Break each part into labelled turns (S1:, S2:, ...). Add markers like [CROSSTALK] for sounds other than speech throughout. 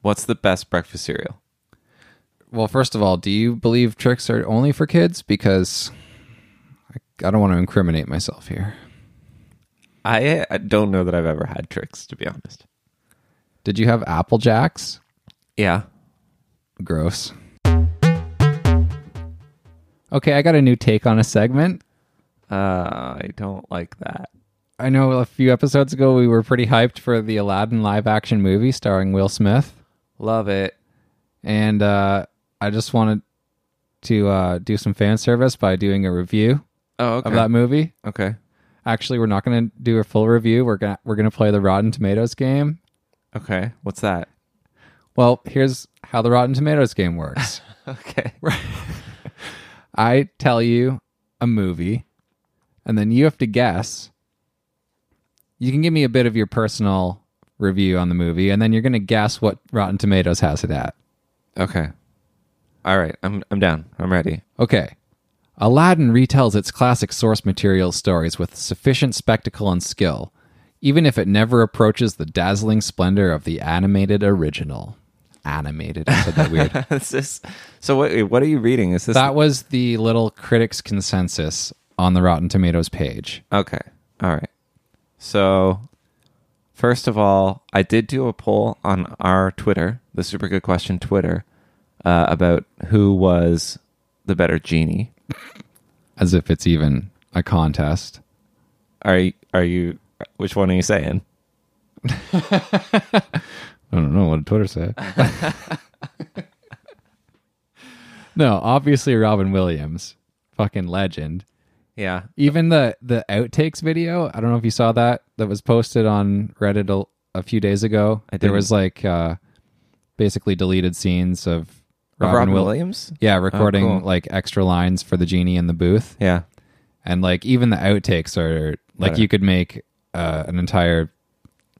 S1: What's the best breakfast cereal?
S2: Well, first of all, do you believe tricks are only for kids? Because I, I don't want to incriminate myself here.
S1: I, I don't know that I've ever had tricks, to be honest.
S2: Did you have Apple Jacks?
S1: Yeah.
S2: Gross. Okay, I got a new take on a segment.
S1: Uh, I don't like that.
S2: I know a few episodes ago we were pretty hyped for the Aladdin live action movie starring Will Smith.
S1: Love it.
S2: and uh, I just wanted to uh, do some fan service by doing a review
S1: Oh, okay.
S2: of that movie.
S1: okay.
S2: Actually, we're not going to do a full review. We're gonna we're gonna play the Rotten Tomatoes game.
S1: Okay. What's that?
S2: Well, here's how the Rotten Tomatoes game works.
S1: [LAUGHS] Okay.
S2: I tell you a movie, and then you have to guess. You can give me a bit of your personal review on the movie, and then you're going to guess what Rotten Tomatoes has it at.
S1: Okay. All right. I'm I'm down. I'm ready.
S2: Okay. Aladdin retells its classic source material stories with sufficient spectacle and skill, even if it never approaches the dazzling splendor of the animated original. Animated, I said that weird.
S1: Is [LAUGHS] this, so what what are you reading? Is this
S2: that was the little critics' consensus on the Rotten Tomatoes page.
S1: Okay. All right. So, first of all, I did do a poll on our Twitter, the Super Good Question Twitter, uh, about who was the better genie.
S2: As if it's even a contest.
S1: Are you, are you? Which one are you saying?
S2: I don't know what did Twitter say. [LAUGHS] no, obviously Robin Williams, fucking legend.
S1: Yeah.
S2: even the the outtakes video i don't know if you saw that that was posted on reddit a, a few days ago
S1: I
S2: there
S1: didn't.
S2: was like uh basically deleted scenes of
S1: Robin,
S2: robin, Will-
S1: Williams. Oh,
S2: yeah recording
S1: cool.
S2: like extra lines for the genie in the booth
S1: Yeah.
S2: and like even the outtakes are like
S1: Right.
S2: you could make uh, an entire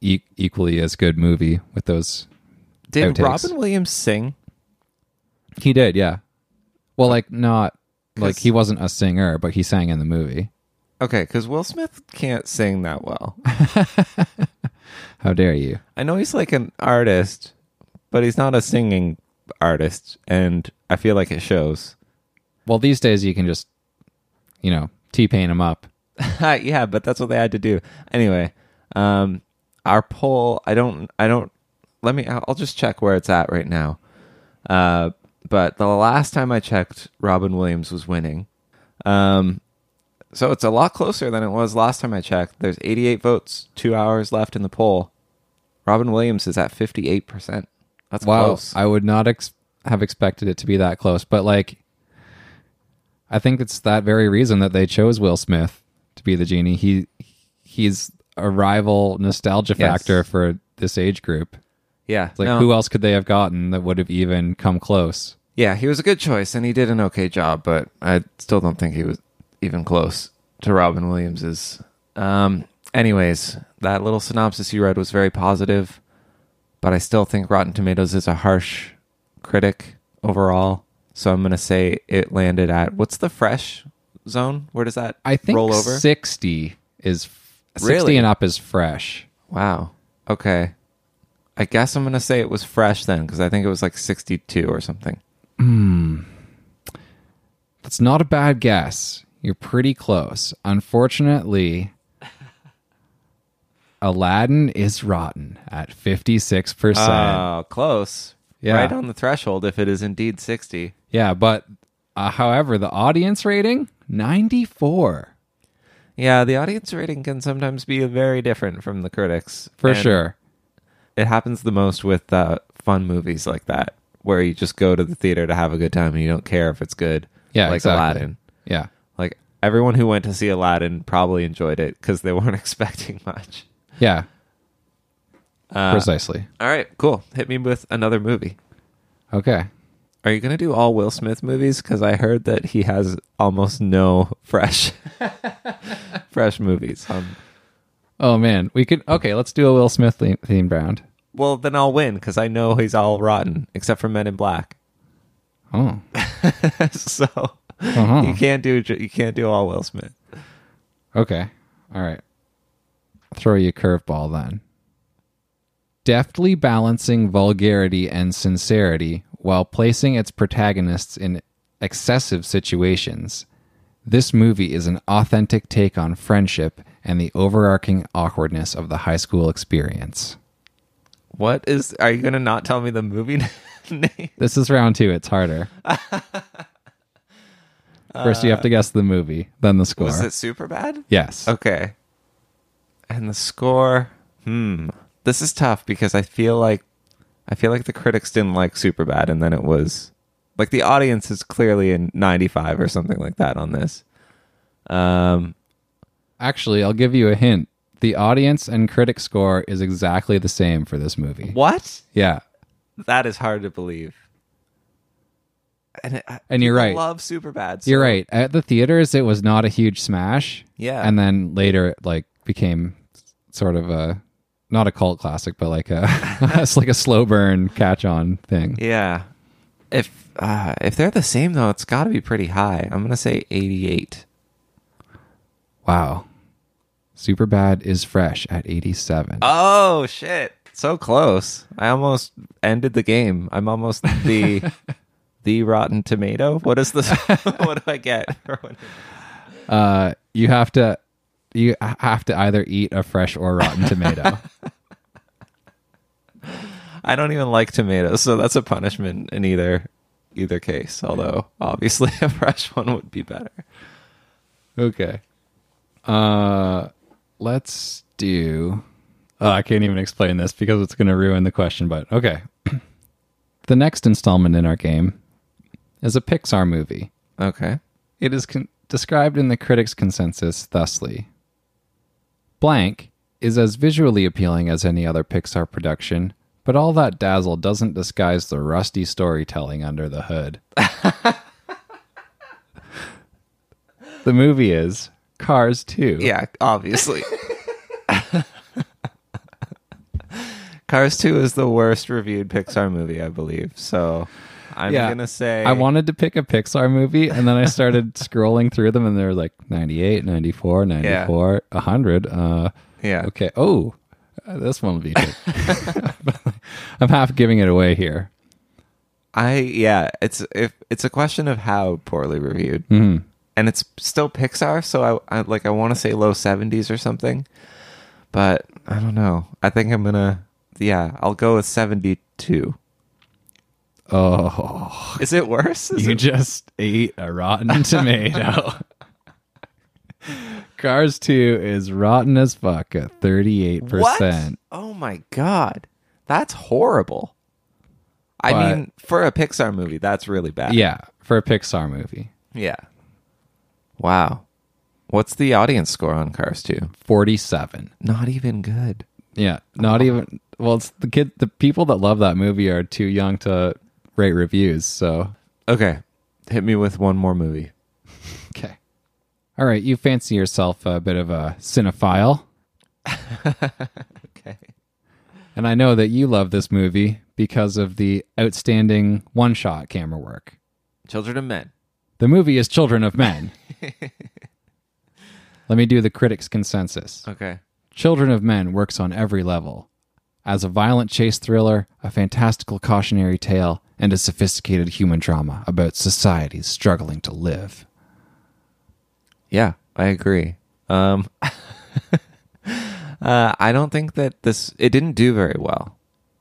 S2: e- equally as good movie with those
S1: Did
S2: Outtakes.
S1: Robin Williams sing?
S2: he did yeah well like not like
S1: 'Cause-
S2: he wasn't a singer but he sang in the movie
S1: Okay, because Will Smith can't sing that well.
S2: how dare you
S1: [LAUGHS] I know he's like an artist, but he's not a singing artist, and I feel like it shows.
S2: Well, these days you can just, you know, T paint them up.
S1: [LAUGHS] yeah, but that's what they had to do anyway. Um, our poll, I don't, I don't. Let me. I'll I'll just check where it's at right now. Uh, but the last time I checked, Robin Williams was winning. Um, so it's a lot closer than it was last time I checked. There's 88 votes, two hours left in the poll. Robin Williams is at 58. percent That's
S2: Wow,
S1: close.
S2: I would not ex- have expected it to be that close, but like, I think it's that very reason that they chose Will Smith to be the genie. He he's a rival nostalgia
S1: Yes.
S2: factor for this age group.
S1: yeah,
S2: It's like,
S1: no.
S2: who else could they have gotten that would have even come close?
S1: Yeah, he was a good choice, and he did an okay job, but I still don't think he was even close to Robin Williams's. Um, anyways, that little synopsis you read was very positive, but I still think Rotten Tomatoes is a harsh critic overall. So I'm going to say it landed at what's the fresh zone? Where does that
S2: I think
S1: roll over?
S2: sixty is f-
S1: Really?
S2: sixty and up is fresh.
S1: Wow. Okay. I guess I'm going to say it was fresh then because I think it was like 62 or something.
S2: That's not a bad guess. You're pretty close. Unfortunately, [LAUGHS] Aladdin is rotten at 56%.
S1: Uh, close.
S2: Yeah.
S1: Right on the threshold if it is indeed 60.
S2: yeah, but uh, however, the audience rating 94
S1: Yeah, the audience rating can sometimes be very different from the critics.
S2: for
S1: And
S2: sure.
S1: It happens the most with uh, fun movies like that, where you just go to the theater to have a good time and you don't care if it's good.
S2: Yeah,
S1: like
S2: exactly.
S1: Aladdin.
S2: Yeah.
S1: Like everyone who went to see Aladdin probably enjoyed it because they [LAUGHS] weren't expecting much. Uh,
S2: Yeah.
S1: Ah.
S2: Precisely.
S1: All right, cool. Hit me with another movie.
S2: Okay.
S1: Are you going to do all Will Smith movies? Because I heard that he has almost no [LAUGHS] fresh, fresh movies. Um,
S2: Oh man, we could Okay, let's do a Will Smith theme- themed round.
S1: well, then I'll win because I know he's all rotten except for Men in Black. [LAUGHS]
S2: Oh.
S1: so
S2: Uh-huh.
S1: you can't do you can't do all Will Smith.
S2: Okay. All right. Throw you a curveball then. deftly balancing vulgarity and sincerity while placing its protagonists in excessive situations. This movie is an authentic take on friendship and the overarching awkwardness of the high school experience.
S1: What is? Are you gonna not tell me the movie [LAUGHS] name?
S2: This is round two.
S1: [LAUGHS]
S2: It's harder. First, you have to guess the movie, then the score.
S1: Was it super bad?
S2: yes.
S1: Okay. And the score. Hmm. This is tough because I feel like I feel like the critics didn't like Superbad, and then it was like the audience is clearly in '95 or something like that on this. Um.
S2: Actually, I'll give you a hint. The audience and critic score is exactly the same for this movie.
S1: What?
S2: Yeah.
S1: That is hard to believe. And, it, I-
S2: And you're
S1: people
S2: right.
S1: Love Superbad. So
S2: You're right. At the theaters, it was not a huge smash.
S1: Yeah.
S2: And then later, it like became sort of a not a cult classic, but like a [LAUGHS] it's like a slow burn catch on thing.
S1: Yeah. If uh, if they're the same though, it's got to be pretty high. I'm gonna say 88.
S2: Wow. Superbad is fresh at 87.
S1: Oh shit! So close. I almost ended the game. I'm almost the
S2: [LAUGHS]
S1: the Rotten Tomato. What is this? what do I get? for when-
S2: Uh, you have to you have to either eat a fresh or rotten
S1: [LAUGHS]
S2: tomato.
S1: I don't even like tomatoes, so that's a punishment in either either case. Although obviously [LAUGHS] a fresh one would be better.
S2: Okay. Uh let's do oh, I can't even explain this because it's going to ruin the question, but okay. [CLEARS THROAT] the next installment in our game is a Pixar movie.
S1: Okay.
S2: It is con- described in the critics' consensus thusly Blank is as visually appealing as any other Pixar production, but all that dazzle doesn't disguise the rusty storytelling under the hood. [LAUGHS] the movie is Cars 2.
S1: Yeah, obviously. [LAUGHS] Cars 2 is the worst reviewed Pixar movie, I believe. So I'm
S2: Yeah.
S1: going to say
S2: I wanted to pick a Pixar movie, and then I started [LAUGHS] scrolling through them, and they were like 98, 94, 94, 100. Uh,
S1: Yeah.
S2: Okay. Oh, uh, this one will be good. [LAUGHS] I'm half giving it away here.
S1: I yeah, it's if it's a question of how poorly reviewed.
S2: Mm-hmm.
S1: And it's still Pixar, so I, I like I want to say low 70s or something. But I don't know. I think I'm going to yeah, I'll go with 72.
S2: Oh,
S1: Is it worse? Is
S2: you
S1: it-
S2: just ate a [LAUGHS] rotten tomato. Cars 2 is rotten as fuck at 38%.
S1: What? Oh my god, that's horrible. I
S2: But-
S1: mean, for a Pixar movie, that's really bad.
S2: Yeah, for a Pixar movie.
S1: Yeah. Wow. What's the audience score on Cars 2?
S2: 47.
S1: Not even good.
S2: Yeah, not even well, it's the kid the people that love that movie are too young to rate reviews, so
S1: Okay. Hit me with one more movie.
S2: Okay. All right, you fancy yourself a bit of a cinephile.
S1: Okay.
S2: And I know that you love this movie because of the outstanding one shot camera work.
S1: Children of Men.
S2: The movie is Children of Men. Let me do the critics' consensus.
S1: Okay.
S2: Children of Men works on every level as a violent chase thriller, a fantastical cautionary tale, and a sophisticated human drama about societies struggling to live.
S1: Yeah, I agree. Um [LAUGHS] uh, I don't think that this it didn't do very well.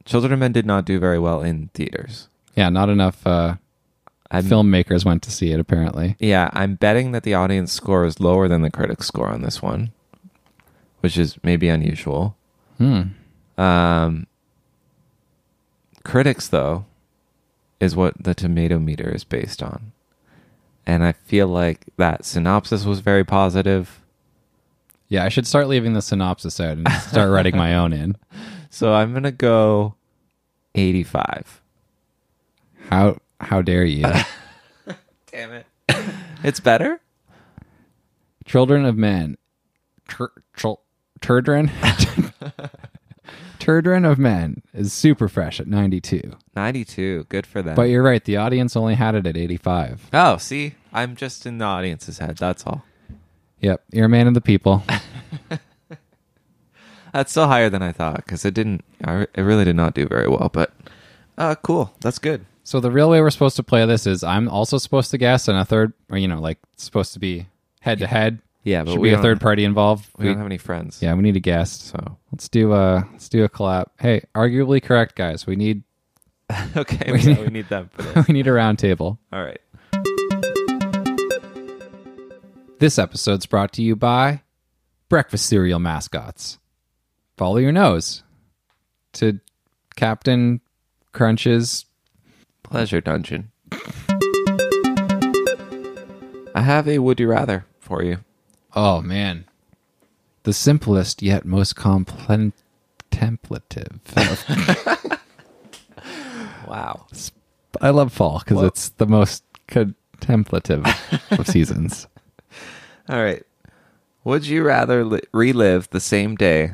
S1: Children of Men did not do very well in theaters.
S2: Yeah, not enough uh,
S1: I'm-
S2: filmmakers went to see it, apparently.
S1: Yeah, I'm betting that the audience score is lower than the critic score on this one, which is maybe unusual.
S2: Hmm.
S1: Um, critics, though, is what the tomato meter is based on. And I feel like that synopsis was very positive.
S2: Yeah, I should start leaving the synopsis out and start writing my
S1: [LAUGHS]
S2: own in.
S1: So I'm going to go 85.
S2: How how dare you?
S1: Damn it. [COUGHS] it's better?
S2: [LAUGHS] Children of Men. Tur- chil-
S1: [LAUGHS]
S2: Turdren. Turdren of Men is super fresh at 92.
S1: Uh. 92. Good for them.
S2: But you're right, the audience only had it at 85.
S1: oh, see? I'm just in the audience's head. That's all. [LAUGHS]
S2: Yep, you're a man of the people.
S1: That's still higher than I thought because it didn't. I, it really did not do very well. But uh, cool. That's good.
S2: So the real way we're supposed to play this is I'm also supposed to guess, and a third, or you know, like it's supposed to be head to head.
S1: Yeah, but
S2: should
S1: we
S2: be a
S1: don't-
S2: third party involved.
S1: We
S2: We-
S1: don't have any friends.
S2: yeah, we need a guest.
S1: So [LAUGHS]
S2: Let's do a let's do a collab. Hey, arguably correct, guys. We need [LAUGHS]
S1: okay, we, we need them. For this.
S2: we need a round table.
S1: All right.
S2: This episode's brought to you by breakfast cereal mascots. Follow your nose to Captain Crunch's.
S1: Pleasure Dungeon. I have a would you rather for you.
S2: Oh man, the simplest yet most complen- contemplative.
S1: Wow.
S2: I love fall because it's the most contemplative of seasons.
S1: All right. Would you rather li- relive the same day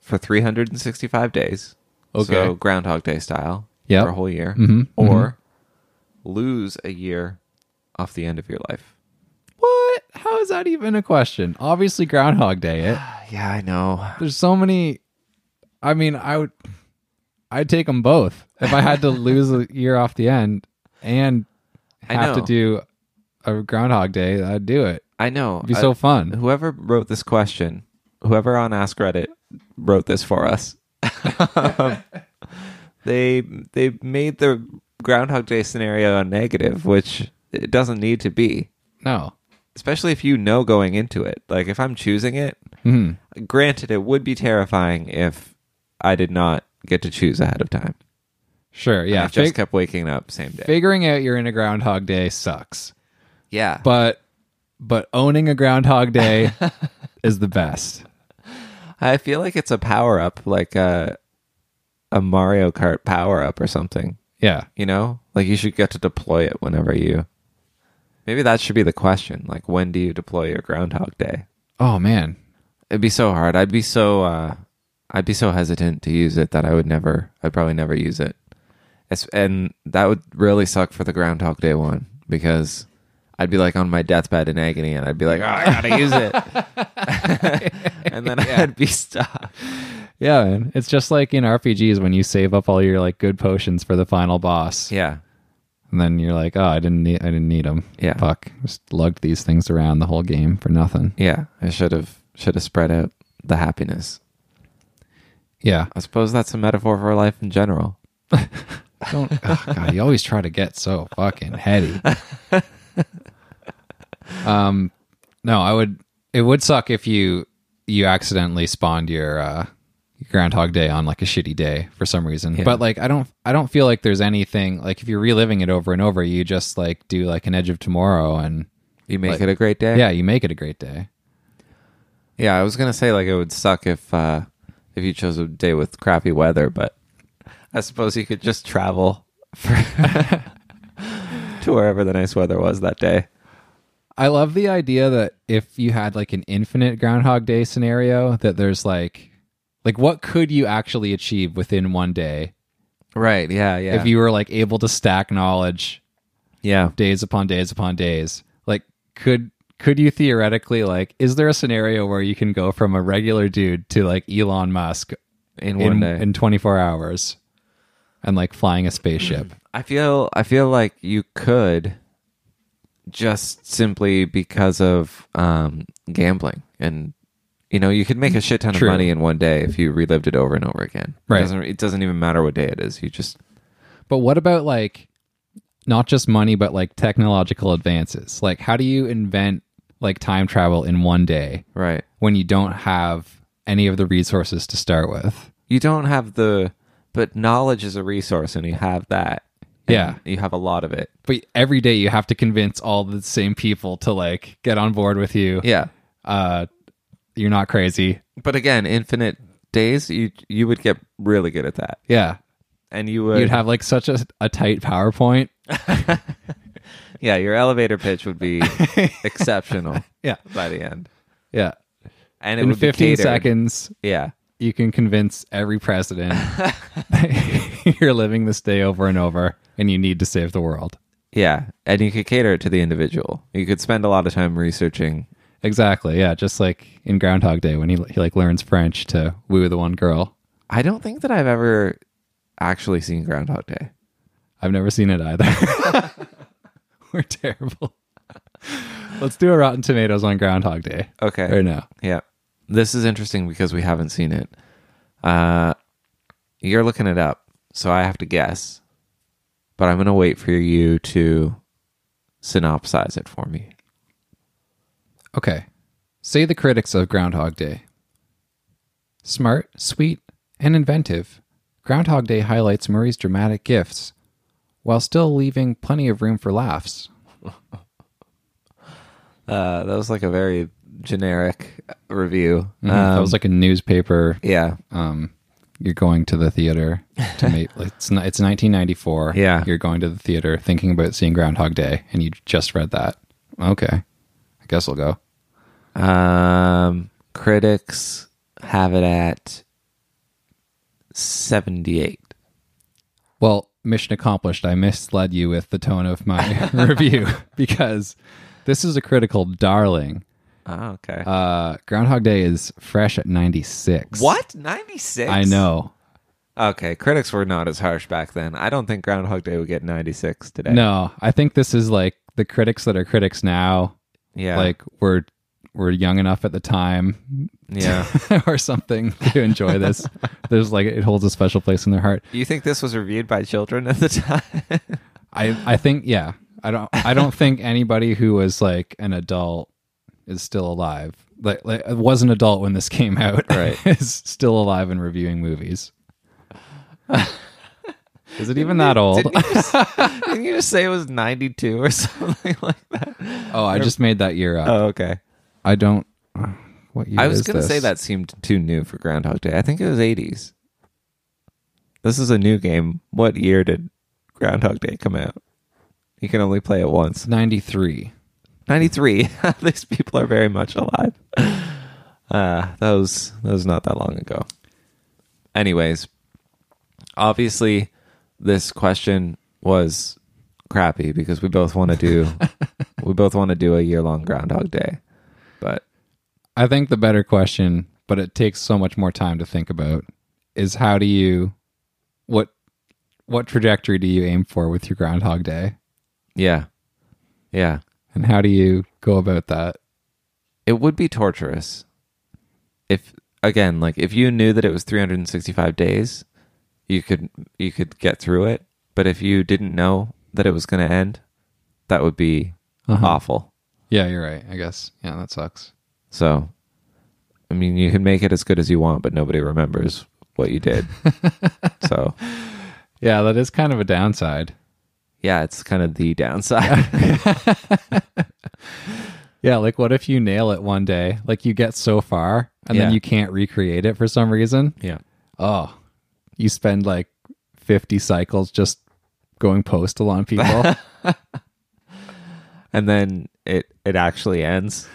S1: for 365 days?
S2: Okay.
S1: So Groundhog Day style
S2: Yep.
S1: for a whole year.
S2: Mhm,
S1: Or lose a year off the end of your life?
S2: What? How is that even a question? Obviously, Groundhog Day. It.
S1: Yeah, I know.
S2: There's so many. I mean, I would. I'd take them both if
S1: [LAUGHS]
S2: I had to lose a year off the end and
S1: I
S2: have to
S1: know.
S2: do a Groundhog Day. I'd do it.
S1: I know.
S2: It'd be
S1: I-
S2: so fun.
S1: whoever wrote this question, whoever on Ask Reddit wrote this for us, [LAUGHS] they they made the Groundhog Day scenario a negative, which it doesn't need to be,
S2: No.
S1: especially if you know going into it. Like if I'm choosing it,
S2: Mhm.
S1: granted, it would be terrifying if I did not get to choose ahead of time.
S2: Sure.
S1: Yeah,
S2: Yeah.
S1: I just
S2: Fig-
S1: kept waking up same day.
S2: figuring out you're in a Groundhog Day sucks.
S1: yeah,
S2: but but owning a
S1: [LAUGHS]
S2: groundhog day is the best
S1: I feel like it's a power up, like a a Mario Kart power up or something.
S2: yeah
S1: you know like you should get to deploy it whenever you maybe that should be the question like when do you deploy your groundhog day
S2: oh man
S1: it'd be so hard i'd be so uh i'd be so hesitant to use it that i would never i'd probably never use it it's, and that would really suck for the groundhog day one because i'd be like on my deathbed in agony and i'd be like oh i gotta use it [LAUGHS] and then i'd be stuck
S2: yeah man it's just like in rpgs when you save up all your like good potions for the final boss
S1: yeah
S2: and then you're like oh i didn't need i didn't need them
S1: Yeah.
S2: fuck just lugged these things around the whole game for nothing
S1: yeah i should have should have spread out the happiness
S2: yeah
S1: i suppose that's a metaphor for life in general
S2: don't oh, god you always try to get so fucking heady um no i would it would suck if you you accidentally spawned your uh your groundhog day on like a shitty day for some reason but like i don't i don't feel like there's anything like if you're reliving it over and over you just like do like an edge of tomorrow and
S1: You make
S2: Like-
S1: it a great day.
S2: yeah you make it a great day
S1: yeah. I was gonna say like it would suck if uh, if you chose a day with crappy weather, but I suppose you could just travel for [LAUGHS] to wherever the nice weather was that day.
S2: I love the idea that if you had like an infinite Groundhog Day scenario, that there's like, like what could you actually achieve within one day
S1: Right. Yeah. Yeah.
S2: if you were like able to stack knowledge
S1: yeah.
S2: days upon days upon days? Like, could could you theoretically like, is there a scenario where you can go from a regular dude to like Elon Musk
S1: In one
S2: in
S1: day.
S2: in 24 hours and like flying a spaceship?
S1: I feel I feel like you could just simply because of um, gambling and you know you could make a shit ton
S2: True.
S1: of money in one day if you relived it over and over again.
S2: Right.
S1: It doesn't, it doesn't even matter what day it is. You just
S2: But what about like not just money, but like technological advances? Like, how do you invent like time travel in one day
S1: right.
S2: when you don't have any of the resources to start with?
S1: you don't have the but knowledge is a resource and you have that And
S2: Yeah.
S1: you have a lot of it
S2: But every day you have to convince all the same people to like get on board with you.
S1: yeah
S2: Uh, you're not crazy.
S1: but again infinite days you you would get really good at that
S2: Yeah.
S1: and you would
S2: You'd have like such a, a tight PowerPoint.
S1: yeah your elevator pitch would
S2: [LAUGHS]
S1: be exceptional
S2: Yeah.
S1: by the end
S2: Yeah.
S1: and it
S2: In
S1: would be
S2: 15
S1: catered.
S2: seconds,
S1: yeah
S2: you can convince every
S1: [LAUGHS]
S2: president [LAUGHS] that you're living this day over and over and you need to save the world.
S1: yeah and you could cater it to the individual you could spend a lot of time researching
S2: Exactly. Yeah, just like in Groundhog Day when he he like learns French to woo the one girl.
S1: I don't think that I've ever actually seen Groundhog Day.
S2: I've never seen it either. [LAUGHS] We're terrible. Let's do a Rotten Tomatoes on Groundhog Day.
S1: Okay.
S2: Or no.
S1: Yeah. This is interesting because we haven't seen it. Uh, you're looking it up, so I have to guess. But I'm going to wait for you to synopsize it for me.
S2: Okay. Say the critics of Groundhog Day. Smart, sweet, and inventive, Groundhog Day highlights Murray's dramatic gifts while still leaving plenty of room for laughs.
S1: Uh, that was like a very generic review.
S2: Mm-hmm. that was like a newspaper.
S1: Yeah.
S2: Um, you're going to the theater to
S1: [LAUGHS]
S2: make. like, It's ni- it's 1994.
S1: Yeah.
S2: you're going to the theater thinking about seeing Groundhog Day, and you just read that. Okay, I guess I'll go.
S1: Um, critics have it at 78.
S2: Well, mission accomplished. I misled you with the tone
S1: [LAUGHS]
S2: of my [LAUGHS] review because this is a critical darling.
S1: Oh, okay.
S2: Uh, Groundhog Day is fresh at 96.
S1: what? 96?
S2: I know.
S1: Okay, critics were not as harsh back then. I don't think Groundhog Day would get 96 today.
S2: No, I think this is like the critics that are critics now,
S1: Yeah.
S2: like were were young enough at the time
S1: yeah.
S2: [LAUGHS] or something to enjoy this. There's like it holds a special place in their heart.
S1: Do you think this was reviewed by children at the time? [LAUGHS]
S2: I I think yeah. I don't I don't think anybody who was like an adult is still alive. Like, like was an adult when this came out,
S1: Right.
S2: [LAUGHS] is still alive and
S1: [LAUGHS]
S2: reviewing movies. is it even that old?
S1: Didn't you, just, didn't you just say it was 92 or [LAUGHS] something like that?
S2: [LAUGHS] Oh, I just made that year up.
S1: Oh, okay.
S2: I don't. What year
S1: I was
S2: is
S1: going to
S2: this?
S1: say that seemed too new for Groundhog Day. I think it was 80s. This is a new game. What year did Groundhog Day come out? You can only play it once.
S2: ninety three.
S1: 93. [LAUGHS] These people are very much alive. Uh, that was that was not that long ago. Anyways, obviously this question was crappy because we both want to do we both want to do a year long groundhog day. But
S2: I think the better question, but it takes so much more time to think about, is how do you, what, what trajectory do you aim for with your Groundhog Day,
S1: yeah. Yeah.
S2: and how do you go about that?
S1: it would be torturous if again like if you knew that it was 365 days you could you could get through it but if you didn't know that it was going to end that would be awful
S2: Yeah, you're right. I guess. Yeah, that sucks.
S1: so i mean you can make it as good as you want but nobody remembers what you did so
S2: Yeah, that is kind of a downside.
S1: yeah it's kind of the downside
S2: Yeah, like what if you nail it one day? Like you get so far and then
S1: Yeah.
S2: you can't recreate it for some reason.
S1: yeah
S2: Oh, you spend like 50 cycles just going postal on people. [LAUGHS]
S1: and then it it actually ends